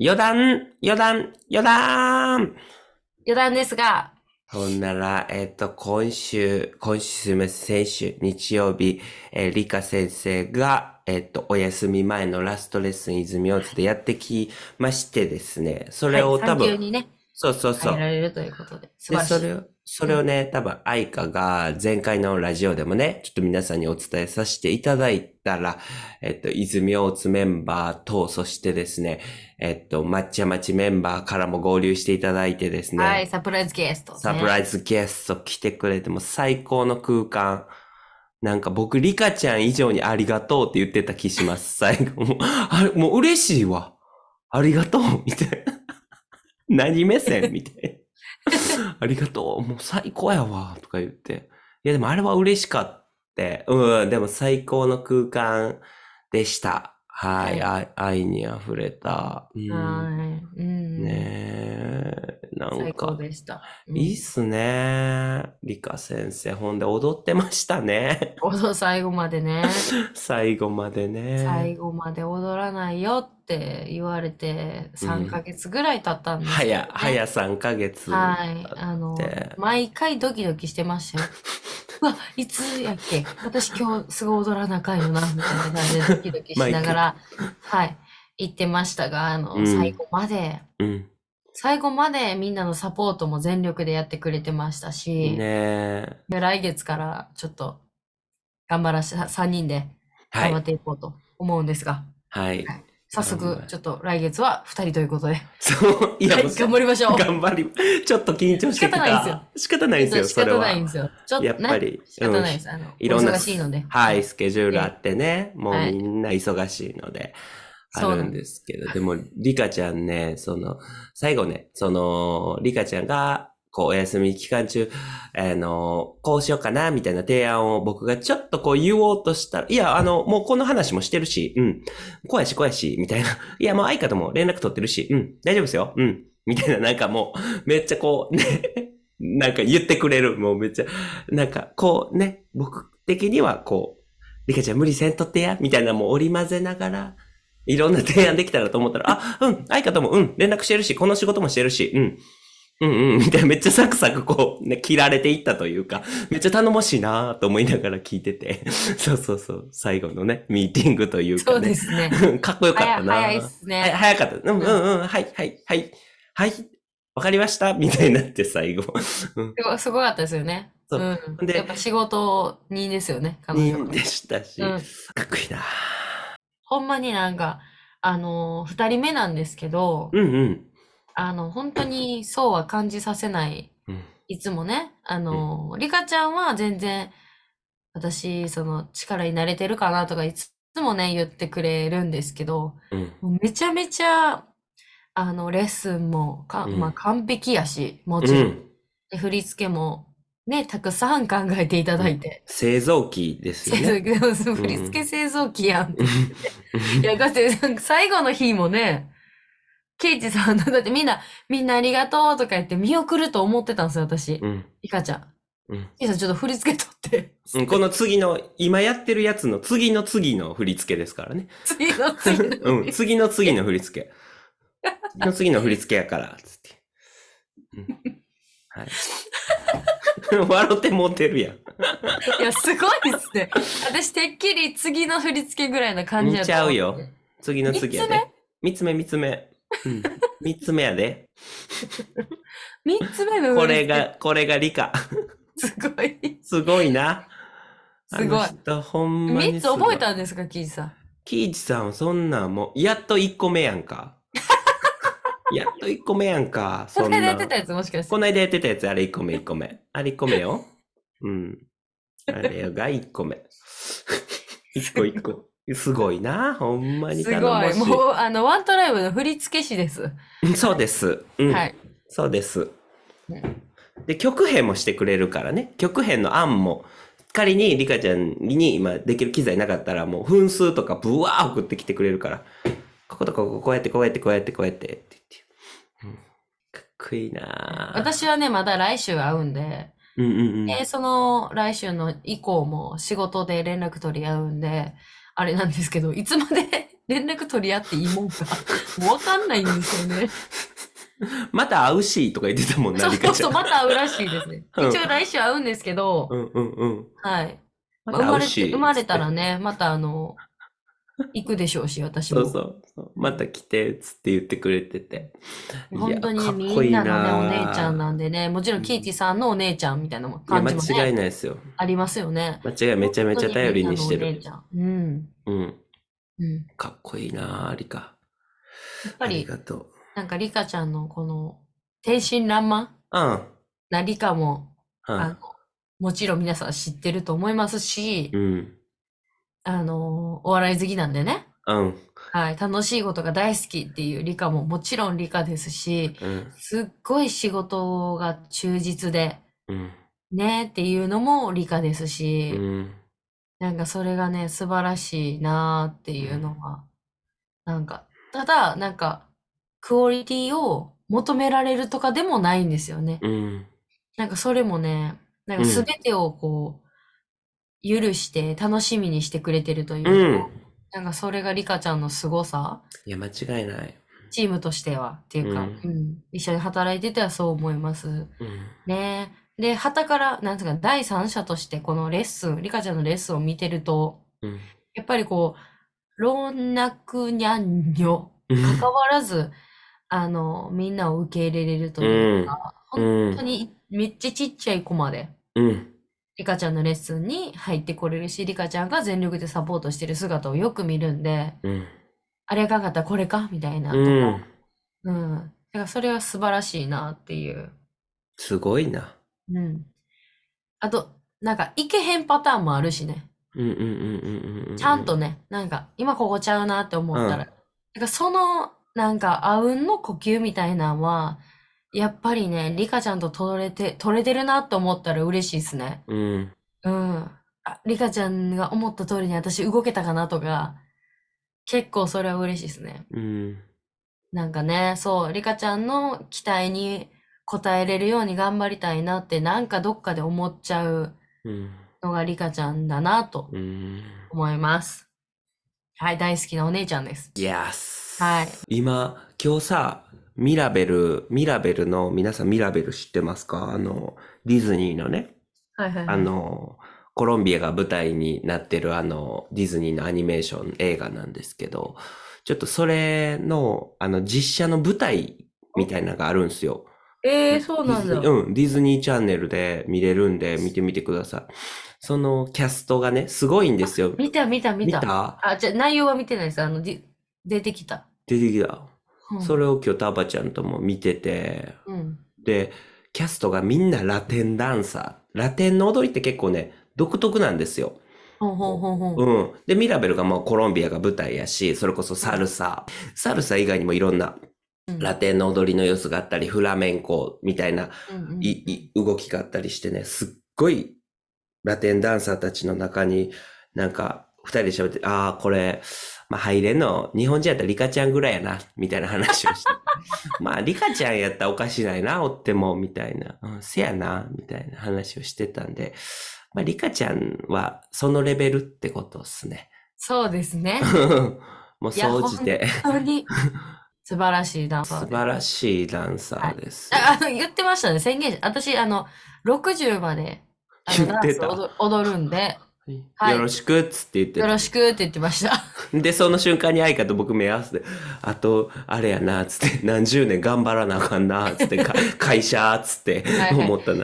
S2: 余談、余談、余談
S3: 余談ですが、
S2: ほんなら、えっ、と、今週、今週すみません、先週、日曜日、えー、理科先生が、えっ、と、お休み前のラストレッスン泉大津でやってきましてですね、それを
S3: はい、
S2: 多
S3: 産
S2: 分、
S3: 休にね、
S2: そうそうそ
S3: 変え
S2: う。
S3: られるということで、素
S2: で、
S3: 晴らし
S2: そ
S3: い。
S2: れを、それをね、多分、愛花が前回のラジオでもね、ちょっと皆さんにお伝えさせていただいたら、えっと、泉大津メンバーと、そしてですね、えっと、抹茶町メンバーからも合流していただいてですね、
S3: はい、サプライズゲスト、ね。
S2: サプライズゲスト来てくれてもう最高の空間。なんか僕、リカちゃん以上にありがとうって言ってた気し
S3: (laughs)
S2: ます。最後もう。あれ、もう嬉しいわ。ありがとうみたいな。 (laughs) 何目線みたいな。 (laughs) ありがとうもう最高やわとか言って。いや、でもあれは嬉しかった。うん、でも最高の空間でした。はい。あ愛に溢れた。うん、
S3: はい、うん。
S2: ねえ。なんか。
S3: 最高でした。うん
S2: いいっすね。理科先生、ほんで踊ってましたね。 (laughs)
S3: 踊最後までね、
S2: 最後までね。
S3: 最後まで踊らないよって言われて、3ヶ月ぐらい経ったんですけど、
S2: 早、早3ヶ月。
S3: はい、あの
S2: で、
S3: 毎回ドキドキして
S2: (laughs)
S3: ましたよ。うわ、いつやっけ私今日すごい踊らなあかんよな、みたいな感じでドキドキしながら、はい、行ってましたが、あの、
S2: うん
S3: 最後まで、
S2: うん。
S3: 最後までみんなのサポートも全力でやってくれてましたし、
S2: ねえ。
S3: で来月からちょっと頑張らし、3人で
S2: は
S3: 頑張っ
S2: い。
S3: ていこうと思うんですが、
S2: はい。
S3: 早速、ちょっと来月は2人ということで。
S2: そう、いや、
S3: はい頑張りましょ
S2: (laughs)
S3: う。
S2: 頑張り、ちょっと緊張してきた。
S3: 仕方ないですよ
S2: 仕方ないですよ、
S3: 仕
S2: それ
S3: 方
S2: は。
S3: ないんですよ。ちょっと、
S2: やっぱり
S3: ね仕方ないです。あの、
S2: いろんな
S3: お忙しいので。
S2: はい、。スケジュールあってね、もう
S3: はい
S2: みんな忙しいので、
S3: そう
S2: あ
S3: なん
S2: るんですけど、でも、リカちゃんね、その、最後ね、その、リカちゃんが、こう、お休み期間中、あの、こうしようかな、みたいな提案を僕がちょっとこう言おうとしたら、いや、あの、もうこの話もしてるし、うん、怖いし怖いし、みたいな。いや、もう相方も連絡取ってるし、うん、大丈夫ですよ、うん、みたいな、なんかもう、めっちゃこう、ね、なんか言ってくれる、もうめっちゃ、なんか、こうね、僕的にはこう、リカちゃん無理せんとってや、みたいなもう織り交ぜながら、いろんな提案できたらと思ったら、あ、うん、相方もうん、連絡してるし、この仕事もしてるし、うん、うんうん、みたいな、めっちゃサクサクこう、ね、切られていったというか、めっちゃ頼もしいなと思いながら聞いてて、 (laughs) そうそうそう、最後のね、ミーティングという
S3: そ
S2: か
S3: うで
S2: ね、
S3: すね。
S2: (laughs) かっこよかっ
S3: 早
S2: た
S3: い
S2: な
S3: 早いです
S2: はい、
S3: ね。
S2: 早かった。うんうんうん、はい、はい、はい、はい、わかりました、みたいになって最後。
S3: すごすごかったですよね。。
S2: そうんで
S3: やっぱ仕事人ですよね、彼女
S2: 人
S3: は。
S2: でしたし、
S3: うん
S2: かっこいいな
S3: ほんまになんか、あのー、2人目なんですけど、
S2: うんうん。
S3: あの、本当にそうは感じさせない、
S2: うん
S3: いつもね、あのー、リカちゃんは全然、私、その、力に慣れてるかなとか、いつもね、言ってくれるんですけど、
S2: うん。
S3: もうめちゃめちゃ、あの、レッスンもか、
S2: うん
S3: まあ、完璧やし、も
S2: う
S3: ちろん。
S2: ん。
S3: で振り付けも、ね、たくさん考えていただいて。
S2: 製造機ですよ
S3: 製 (laughs)
S2: ね。
S3: 造機、そう振り付け製造機やん。いや、だって、なんか最後の日もね、ケイチさんの、だってみんな、みんなありがとうとか言って見送ると思ってたんですよ、私。
S2: うん。
S3: リカちゃん。
S2: うん
S3: ケイチさんちょっと振り付け取って、
S2: うんこの次の、今やってるやつの次の次の振り付けですからね。
S3: 次の次の。 (laughs)
S2: うん。次の次の振り付け。次の次の振り付けやから、つって。うんはい。 (laughs) 笑ってもうてるやん。
S3: いや、すごいっすね。私、てっきり次の振り付けぐらいな感じや
S2: 見ちゃう
S3: と
S2: よ
S3: 思って。。
S2: 次の次やで。三つ目三つ目。うん。三つ目や
S3: (laughs)
S2: で。
S3: 三つ目の振り付け。
S2: これ。が、これが理科。
S3: すごい。
S2: すごいな。
S3: すごい
S2: あの人ほんまに
S3: 三つ
S2: すごい
S3: 覚えたんですか、キイチさん。
S2: キイチさんはそんなんもう、やっと1個目やん
S3: (laughs)
S2: か。やっと1個目やんか。
S3: こ
S2: そ
S3: れ
S2: ん
S3: で
S2: な
S3: やっ
S2: ん
S3: てたやつもしかして
S2: こ。ないだやってたやつ、あれ1個目1個目。あれ1個目よ。うん。あれが1個目。1個1個。すごいな、ほんまに
S3: す
S2: 頼
S3: ご
S2: も
S3: い。
S2: し
S3: もう、あの、ワントライブの振り付け師です。
S2: い。そうです。うん。
S3: はい。
S2: そうです
S3: ね。
S2: で、曲編もしてくれるからね。曲編の案も、仮にリカちゃんに今できる機材なかったら、もう分数とかブワー送ってきてくれるから、こことここ、こうやってこうやってこうやってこうやってって言って。うんかっこいいなぁ。
S3: 私はね、まだ来週会うんで、
S2: うんうんうん。
S3: で、その来週の以降も仕事で連絡取り合うんで、あれなんですけど、いつまで (laughs) 連絡取り合っていいも
S2: (laughs)
S3: んか、もうわかんないんですよね。
S2: また会うし、とか言ってたもんな、
S3: そう
S2: リ
S3: そ
S2: カ
S3: う
S2: ち
S3: そ
S2: ゃ
S3: う、
S2: ん。
S3: また会うらしいですね。
S2: うん
S3: 一応来週会うんですけど、
S2: うんうんうん。
S3: はい。
S2: ま
S3: まあ
S2: た
S3: 生ま
S2: 会
S3: れ
S2: う
S3: て、
S2: し。
S3: 生まれたらね、またあの、行くでしょうし、私
S2: そ
S3: も。
S2: うそうそう。また来て、つって言ってくれてて。いや
S3: 本当に
S2: かっ
S3: み
S2: こい
S3: ん
S2: い
S3: な
S2: ぁ
S3: のね、お姉ちゃんなんでね、もちろんキーティさんのお姉ちゃんみたいなもん
S2: いや、
S3: 感
S2: 間
S3: じもね、
S2: 違いないですよ。
S3: ありますよね。
S2: 間違いめちゃめちゃ頼りにして
S3: 本当
S2: る。
S3: みんなのお姉ち
S2: うん。
S3: ゃん。うん。うん。
S2: かっこいいなあリカ。
S3: やっぱ
S2: あり
S3: り、
S2: がと
S3: なんかリカちゃんのこの、天真爛漫
S2: う。うん。
S3: なリカも、あ
S2: は
S3: の、もちろん皆さん知ってると思います
S2: い。
S3: し
S2: う、ん。
S3: あの、お笑い好きなんでね、
S2: うん。
S3: はい、楽しいことが大好きっていうリカももちろんリカですし、
S2: うん。
S3: すっごい仕事が忠実で、
S2: うん。
S3: ねっていうのも理科ですし、
S2: うん。
S3: なんかそれがね、素晴らしいなーっていうのは、なんか、ただ、なんか、クオリティを求められるとかでもないんですよね。
S2: うん。
S3: なんかそれもね、なんか
S2: うん
S3: 全てをこう、許して楽しみにしてくれてるというか、
S2: うん。
S3: なんかそれがリカちゃんの凄さ、
S2: いや、間違いない。
S3: チームとしてはっていうか、
S2: うん
S3: うん一緒に働いててはそう思います。
S2: うん。
S3: ねえ。で、傍から、なんつうか、第三者として、このレッスン、リカちゃんのレッスンを見てると、
S2: うん。
S3: やっぱりこう、老若にゃんにょ、
S2: うん
S3: 関わらず、あの、みんなを受け入れれるというか、
S2: う
S3: 本当
S2: ん。
S3: に、めっちゃちっちゃい子まで、
S2: うん。
S3: リカちゃんのレッスンに入ってこれるし、リカちゃんが全力でサポートしてる姿をよく見るんで、
S2: うん。
S3: あれがかったこれかみたいなと
S2: う
S3: か。
S2: ん。
S3: うん。だからそれは素晴らしいなっていう。
S2: すごいな。
S3: うん。あと、なんか、いけへんパターンもあるしね。
S2: うんうんうんうんうんうんうん。
S3: ちゃんとね、なんか、今ここちゃうなって思ったら。
S2: うん
S3: だからその、なんか、あうんの呼吸みたいなのは、やっぱりね、リカちゃんと取れて、取れてるなって思ったら嬉しいですね。
S2: うん。
S3: うん。あ、リカちゃんが思った通りに私動けたかなとか、結構それは嬉しいですね。
S2: うん。
S3: なんかね、そう、リカちゃんの期待に応えれるように頑張りたいなって、なんかどっかで思っちゃう
S2: うん。
S3: のがリカちゃんだなと
S2: うん。
S3: 思います。はい、大好きなお姉ちゃんです。
S2: イエス。
S3: はい。
S2: 今、今日さ、ミラベル、ミラベルの、皆さんミラベル知ってますかあの、ディズニーのね、
S3: はいはいは
S2: あ
S3: い。
S2: の、コロンビアが舞台になってるあの、ディズニーのアニメーション映画なんですけど、ちょっとそれの、あの、実写の舞台みたいなのがあるんですよ。
S3: えー、そうなん
S2: ディズ
S3: だ。
S2: ニーうん、ディズニーチャンネルで見れるんで、見てみてください。そのキャストがね、すごいんですよ。
S3: 見た見た見
S2: 見
S3: た。
S2: た
S3: あ、じゃあ内容は見てないです。あの、で出てきた。
S2: 出てきた。
S3: うん
S2: それを今日タバちゃんとも見てて、
S3: うん。
S2: で、キャストがみんなラテンダンサー。ラテンの踊りって結構ね、独特なんですよ。
S3: ほんほんほんほん。
S2: うん。で、ミラベルがもうコロンビアが舞台やし、それこそサルサ。サルサ以外にもいろんな
S3: うん
S2: ラテンの踊りの様子があったり、フラメンコみたいな
S3: うんうん
S2: いい動きがあったりしてね、すっごいラテンダンサーたちの中に、なんか、二人で喋って、ああ、これ、まあ入れんの、日本人やったらリカちゃんぐらいやな、みたいな話をして。 (laughs) まあ、リカちゃんやったらおかしないな、おっても、みたいな。うん、せやな、みたいな話をしてたんで、まあ、リカちゃんはそのレベルってことっすね。 (laughs)
S3: そうですね。
S2: もう、総じて、
S3: 本当に素晴らしいダンサー
S2: 素
S3: で
S2: 晴らしいダンサーです。
S3: ああの、言ってましたね、宣言し私、あの、60まで、あの、
S2: 言
S3: ダ
S2: っ
S3: ン
S2: て
S3: ス
S2: た
S3: 踊踊るんで、はい
S2: よろしくっつって言って
S3: よ
S2: た
S3: ろしくって言って
S2: (laughs)
S3: ました。
S2: で、その瞬間に愛花と僕目合わせて、あと、あれやな、つって、何十年頑張らなあかんな、つって、か会社、つって
S3: はいはい
S2: 思ったな。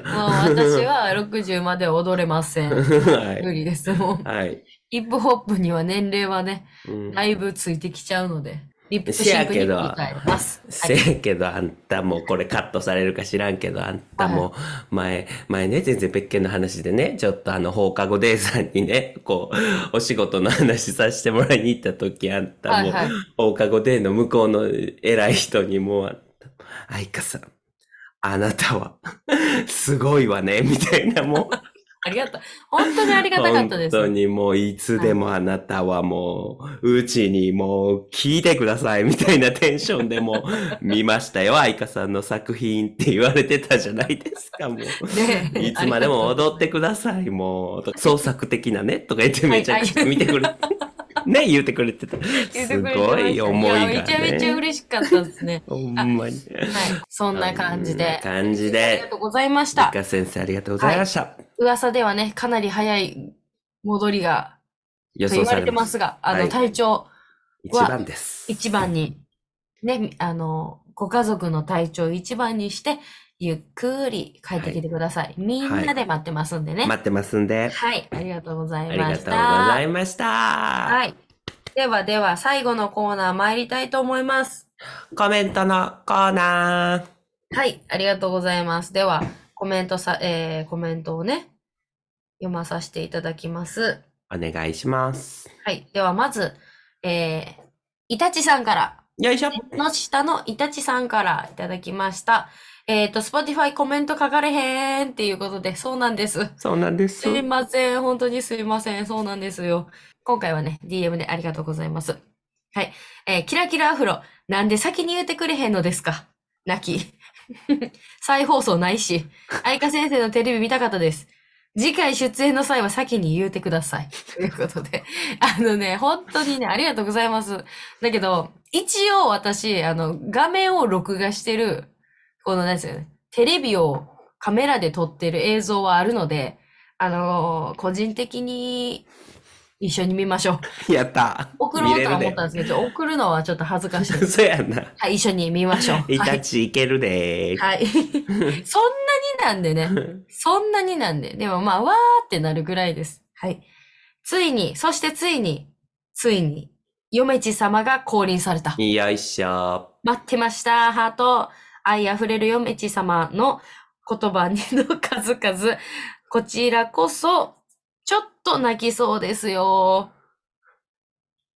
S3: もう私は60まで踊れません。無
S2: (laughs) は
S3: 理です。もう
S2: い。、はい。
S3: ヒップホップには年齢はね、
S2: うん
S3: だいぶついてきちゃうので、リップシンクに答えます。は
S2: せ
S3: い、
S2: やけど、あんたも、これカットされるか知らんけど、あんたも、前、前ね、全然別件の話でね、ちょっとあの、放課後デイさんにね、こう、お仕事の話させてもらいに行った時、あんたも、
S3: はいはい
S2: 放課後デイの向こうの偉い人にもう、あんた愛花さん、あなたは、すごいわね、みたいな、もう、
S3: ありがとう。本当にありがたかった
S2: 本
S3: で
S2: 当
S3: す。
S2: にもう、いつでもあなたはもう、うちにもう、聞いてください、みたいなテンションでもう、見ました
S3: (laughs)
S2: よ、愛花さんの作品って言われてたじゃないですか、もう。
S3: (laughs) ねえ
S2: いつまでも
S3: ありがとう
S2: 踊ってください、もう。と創作的なね、とか言ってめちゃくちゃ見てくれ、
S3: (laughs)
S2: ね、言ってくれてた。
S3: 言っ
S2: す
S3: てくれてまし
S2: ご
S3: たね
S2: い思いが
S3: やめちゃめちゃ
S2: ね。
S3: 嬉しかったですね。
S2: ほんまに。
S3: はい。そんな感じで。あ
S2: 感じ
S3: りが
S2: で。
S3: とうございまし
S2: リ
S3: た。
S2: カ先生ありがとうございました。
S3: 噂ではね、かなり早い戻りが、
S2: 予
S3: と言
S2: 想
S3: わ
S2: さ
S3: れ
S2: れ
S3: て
S2: ま。
S3: ますすが、あの、
S2: はい
S3: 体調
S2: 一
S3: は
S2: 番です。
S3: 一番に、ね、あの、ご家族の体調を一番にして、ゆっくり帰ってきてください。みんなで待ってますんでね。はい、
S2: 待ってますんで。
S3: ありがとうござ
S2: あ
S3: い
S2: りが
S3: ま
S2: とう
S3: し
S2: ご
S3: た。
S2: ざいました。
S3: はい。ではでは、最後のコーナー参りたいと思います。
S2: コメントのコーナー。
S3: はい、ありがとうございます。では、コメントさ、えー、コメントをね、読まさせていただきます。
S2: お願いします。
S3: はい。では、まず、えー、イタチさんから、
S2: よいしょ。
S3: の下のイタチさんからいただきました。えっ、ー、と、Spotify コメント書かれへんっていうことで、そうなんです。
S2: そうなんです。
S3: すいません。本当にすいません。そうなんですよ。今回はね、DM でありがとうございます。はい。えーキラキラアフロ、なんで先に言ってくれへんのですか泣き。 (laughs) 再放送ないし、愛花先生のテレビ見たかったです。次回出演の際は先に言うてください。ということで。あのね、本当にね、ありがとうございます。だけど、一応私、あの、画面を録画してる、この、なんですよね、テレビをカメラで撮ってる映像はあるので、あのー個人的に一緒に見ましょう。
S2: やった。
S3: (laughs) 送ろうとは思ったんですけど、送るのはちょっと恥ずかしい
S2: 見れる。でそうやな。
S3: (laughs) はい、一緒に見ましょ (laughs) う。
S2: イ
S3: は
S2: タ
S3: い。
S2: チいけるでー。
S3: (laughs) はい。そんなになんでね。そんなになんで。でもまあ、わーってなるぐらいです。はい。ついに、そしてついに、ついに、嫁地様が降臨された。
S2: よいしょ。
S3: 待ってました、ハート。愛あふれる嫁地様の言葉にの数々。こちらこそ、ちょっと泣きそうですよ。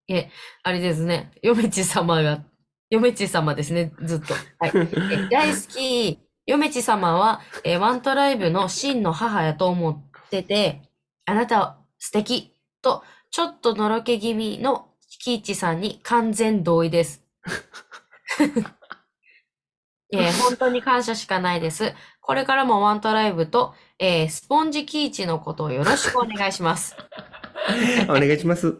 S3: え、あれですね。嫁地様が、嫁地様ですね、ずっと。はい。え大好き。嫁地様は、えーワントライブの真の母やと思ってて、あなたは素敵と、ちょっとのろけ気味のキイチさんに完全同意です。え
S2: (laughs)
S3: ー本当に感謝しかないです。これからもワントライブと、えースポンジキイチのことをよろしくお願い
S2: (laughs)
S3: します。
S2: お願いします。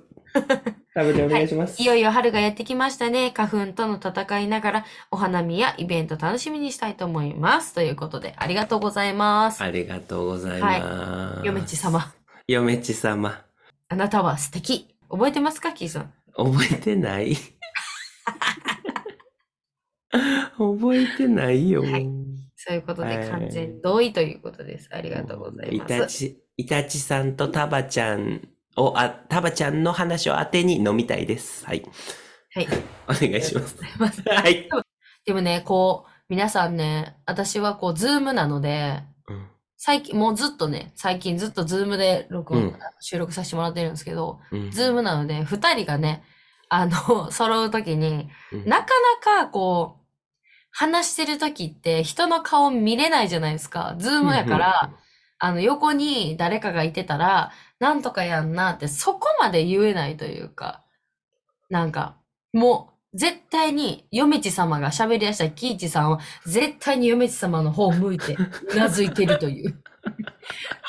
S2: 食べてお願いします。
S3: いよいよ春がやってきましたね。花粉との戦いながら、お花見やイベント楽しみにしたいと思います。ということで、ありがとうございます。
S2: ありがとうございます。
S3: よめち。様、
S2: 嫁ち様。
S3: あなたは素敵。覚えてますか、キーさん。
S2: 覚えてない
S3: (laughs)
S2: 覚えてないよ。
S3: はいそういうこと
S2: は
S3: で、
S2: い
S3: 完全同意ということです。ありがとうございま
S2: イタ
S3: す。
S2: チ、イタチさんとタバちゃんを、あ、タバちゃんの話を当てに飲みたいです。はい。
S3: はい。
S2: お願いします。
S3: ありがとうございます。
S2: はい。
S3: でもね、こう、皆さんね、私はこう、ズームなので、
S2: うん
S3: 最近、もうずっとね、最近ずっとズームで録音、
S2: うん
S3: 収録させてもらってるんですけど、
S2: うん
S3: ズームなので、二人がね、あの、 (laughs) 揃うときに、
S2: うん
S3: なかなかこう、話してるときって人の顔見れないじゃないですか。ズームやから、あの、横に誰かがいてたら、なんとかやんなって、そこまで言えないというか、なんか、もう、絶対に、夜道様が喋り出した喜一さんは、絶対に夜道様の方を向いて、うなずいてる
S2: (laughs)
S3: という。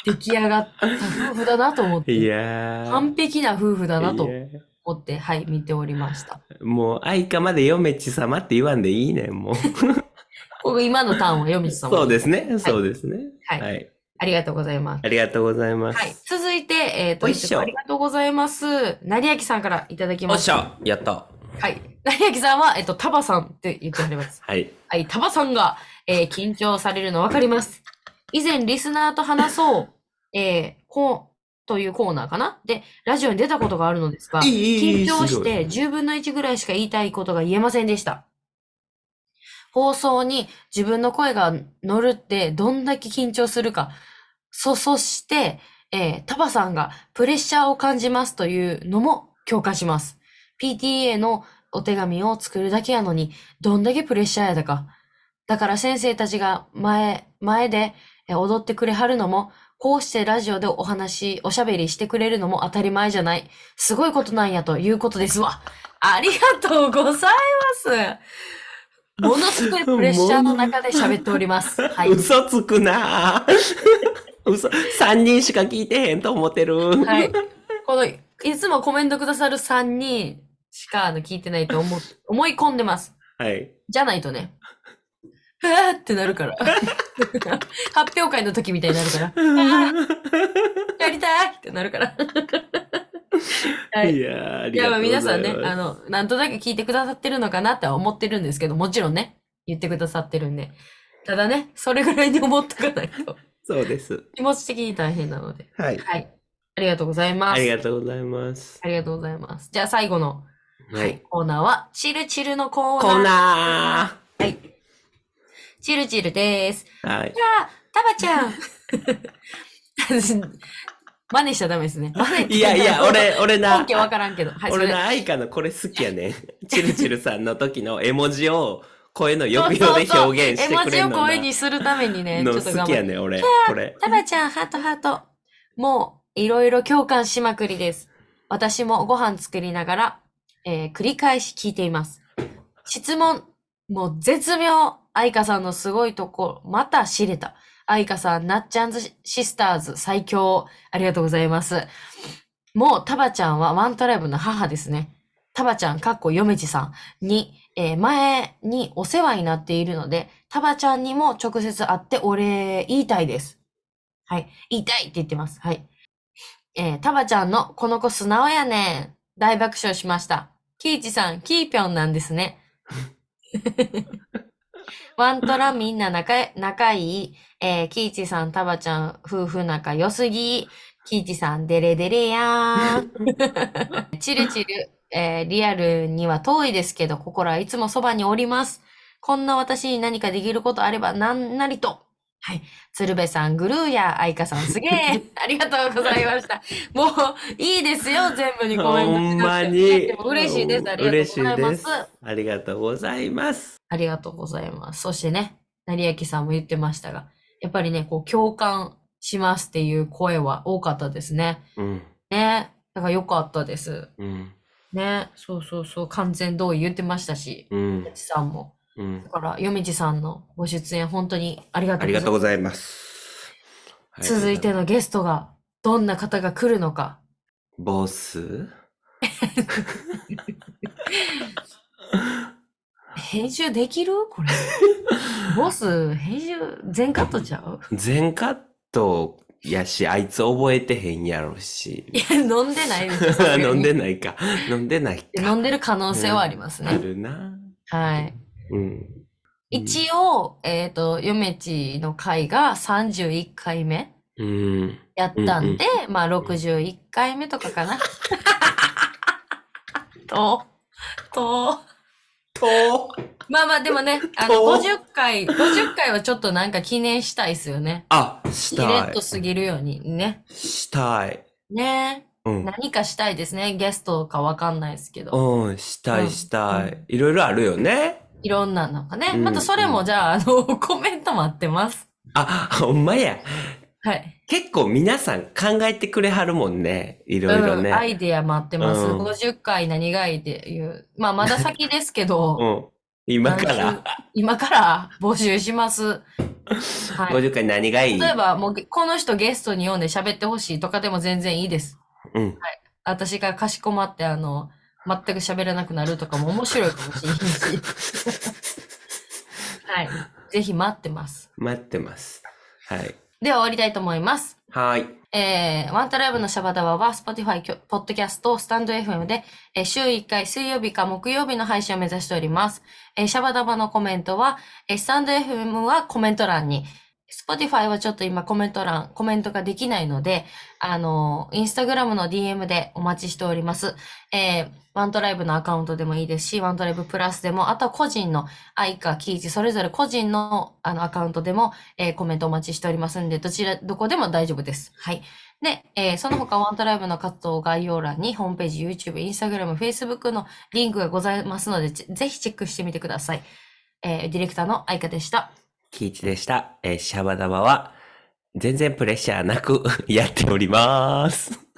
S3: 出来上がった夫婦だなと思って。
S2: いやー。
S3: 完璧な夫婦だなと
S2: いや
S3: 思って、はい、見ておりました。
S2: ーもう、愛花まで嫁ち様って言わんでいいねん、もう。
S3: ここ今のターンはよみさん。
S2: そうですね。そうですね。
S3: はい
S2: はい。
S3: ありがとうございます。
S2: ありがとうございます。
S3: はい、続いて、えっ、と、
S2: おい
S3: い
S2: っしょ
S3: つもありがとうございます。成明さんからいただき
S2: お
S3: ま
S2: っ
S3: し。
S2: したゃ、やった。
S3: はい。成明さんは、えっ、と、タバさんって言ってあ
S2: (laughs)
S3: ります。
S2: はい。
S3: はい、タバさんが、えー緊張されるのわかります。以前、リスナーと話そう、えー、こう、というコーナーかなで、ラジオに出たことがあるのですが、
S2: いいいいい
S3: 緊
S2: い
S3: 張
S2: す
S3: し
S2: ごい
S3: て10分の1ぐらいしか言いたいことが言えませんでした。放送に自分の声が乗るってどんだけ緊張するか。そ、そして、えータバさんがプレッシャーを感じますというのも共感します。PTA のお手紙を作るだけやのに、どんだけプレッシャーやだか。だから先生たちが前、前でえー踊ってくれはるのも、こうしてラジオでお話、おしゃべりしてくれるのも当たり前じゃない。すごいことなんやということですわ。ありがとうございます。ものすごいプレッシャーの中で喋っております。はい。
S2: 嘘つくなー嘘、3人しか聞いてへんと思ってる。
S3: はい。この、いつもコメントくださる3人しかあの聞いてないと思う、思い込んでます。
S2: はい。
S3: じゃないとね。あーってなるから。発表会の時みたいになる (laughs) から。あーやりたいってなるから。はい
S2: いやー、あ
S3: い
S2: りが
S3: や、
S2: と
S3: まあ
S2: うございま
S3: 皆
S2: す。
S3: さんね、あの、なんとなく聞いてくださってるのかなっては思ってるんですけど、もちろんね、言ってくださってるんで。ただね、それぐらいに思っとかないと、
S2: そうです。
S3: 気持ち的に大変なので。
S2: はい。
S3: はい。ありがとうございま
S2: あ
S3: す。
S2: りがとうございます。
S3: ありがとうございます。じゃあ最後の、
S2: は
S3: はい
S2: い。
S3: コーナーは、チルチルのコーナー。
S2: コーナ
S3: はい。チルチルです。
S2: ーはい。
S3: じゃあ、タバちゃん。 (laughs) 真似しちゃダメですね。真似って
S2: いやいや、
S3: (laughs)
S2: 俺、俺な
S3: 本、家わからんけど。はい、そ
S2: 俺
S3: れ。
S2: な、愛花のこれ好きやねん。チルチルさんの時の絵文字を声の抑揚で表現してくれる
S3: 絵
S2: の
S3: 文字
S2: な
S3: を声にするためにね、ち
S2: の
S3: ょっと
S2: 好
S3: 頑
S2: き
S3: 張
S2: や
S3: って。
S2: ねん、俺。これ。
S3: タバちゃん、ハートハート。もう、いろいろ共感しまくりです。私もご飯作りながら、えー繰り返し聞いています。質問、もう絶妙。愛花さんのすごいとこ、また知れた。愛花さん、なっちゃんずシスターズ最強。ありがとうございます。もう、タバちゃんはワントライブの母ですね。タバちゃん、かっこ嫁地さんに、えー前にお世話になっているので、タバちゃんにも直接会ってお礼言いたいです。はい。言いたいって言ってます。はい。えータバちゃんのこの子素直やねん。大爆笑しました。キイチさん、キーピョンなんですね。ワントラみんな仲え、仲いい。えー、キイチさん、タバちゃん、夫婦仲 (laughs) 良すぎ。キイチさん、デレデレやーん。チルチル、えーリアルには遠いですけど、心はいつもそばにおります。こんな私に何かできることあれば、なんなりと。はい。鶴瓶さん、グルーや、愛花さん、すげえ。 (laughs) ありがとうございました。もう、いいですよ、全部にコメント
S2: ほ
S3: して
S2: んまに
S3: でも嬉しいです。ありがとうござい
S2: 嬉
S3: ま。
S2: しいですすありがとうございます。
S3: ありがとうございます。そしてね、成明さんも言ってましたが、やっぱりね、こう、共感しますっていう声は多かったですね。
S2: うん。
S3: ね。だから良かったです。
S2: うん。
S3: ね。そうそうそう。完全同意言ってましたし、
S2: うん
S3: よ。ちさんも。
S2: うん
S3: だ。から、よみじさんのご出演、本当にありが
S2: あ
S3: とう
S2: り
S3: ご
S2: が
S3: ざい
S2: とうご
S3: ま
S2: ざいます。
S3: す。続いて
S2: の。
S3: のゲストが、どんな方が来るのか。
S2: ボス
S3: 編集できるこれ。
S2: (laughs)
S3: ボス、編集、全カットちゃ
S2: (laughs)
S3: う
S2: 全カットやし、あいつ覚えてへんやろし。
S3: いや、飲んでないです
S2: (laughs) 飲んでないか。飲んでない
S3: 飲
S2: か。
S3: んでる可能性はあります
S2: あ
S3: ね。
S2: るな。
S3: はい。
S2: うん。
S3: 一応、えっと、ヨメチの回が31回目
S2: うん。
S3: やったんで、まあ61回目とか
S2: (laughs)
S3: かな。と、と、
S2: と、
S3: まあまあでもね、あの、
S2: と
S3: 50回、50回はちょっとなんか記念したいっすよね。
S2: あ、し
S3: しれ
S2: た
S3: っと
S2: い。
S3: すぎるようにね。
S2: したい。
S3: ね
S2: う
S3: え
S2: ん。
S3: 何かしたいですね。ゲストかわかんないですけど。
S2: うん、した
S3: う
S2: い
S3: ん
S2: したい。
S3: うん
S2: いろいろあるよね。
S3: いろんなのがね。
S2: うん
S3: またそれもじゃあ、あの、コメント待ってます。
S2: あ、 (laughs) ほんまや。
S3: はい。
S2: 結構皆さん考えてくれはるもんね。いろいろ
S3: うん、ア
S2: ね。
S3: イディア待ってます。
S2: うん
S3: 50回何がいいっていう。
S2: (laughs)
S3: まあ、まだ先ですけど、
S2: うん。今か
S3: なん
S2: ら、
S3: か今から募集します。はい。
S2: 50回何がいい
S3: 例えば、もう、この人ゲストに読んで喋ってほしいとかでも全然いいです。
S2: うん。
S3: 私がかしこまって、あの、全く喋れなくなるとかも面白いかもしれない
S2: (laughs)
S3: し。はい。ぜひ待ってます。
S2: 待ってます。はい。
S3: では終わりたいと思います。
S2: はい。
S3: えー、ワントライブのシャバダバは Spotify、きょポッドキャスト、スタンド FM で、えー週1回水曜日か木曜日の配信を目指しております。えーシャバダバのコメントは、えースタンド FM はコメント欄に、Spotify はちょっと今コメント欄、コメントができないので、あのー、インスタグラムの DM でお待ちしております。えーワントライブのアカウントでもいいですし、ワントライブプラスでも、あとは個人の、愛かキイチ、それぞれ個人のあのアカウントでも、えーコメントお待ちしておりますんで、どちら、どこでも大丈夫です。はい。で、えーその他ワントライブの活動概要欄にホームページ、YouTube、Instagram、Facebook のリンクがございますので、ぜぜひチェックしてみてください。えーディレクターの愛かでした。
S2: キイチで (laughs) した。えーシャバダバは、全然プレッシャーなくやっております。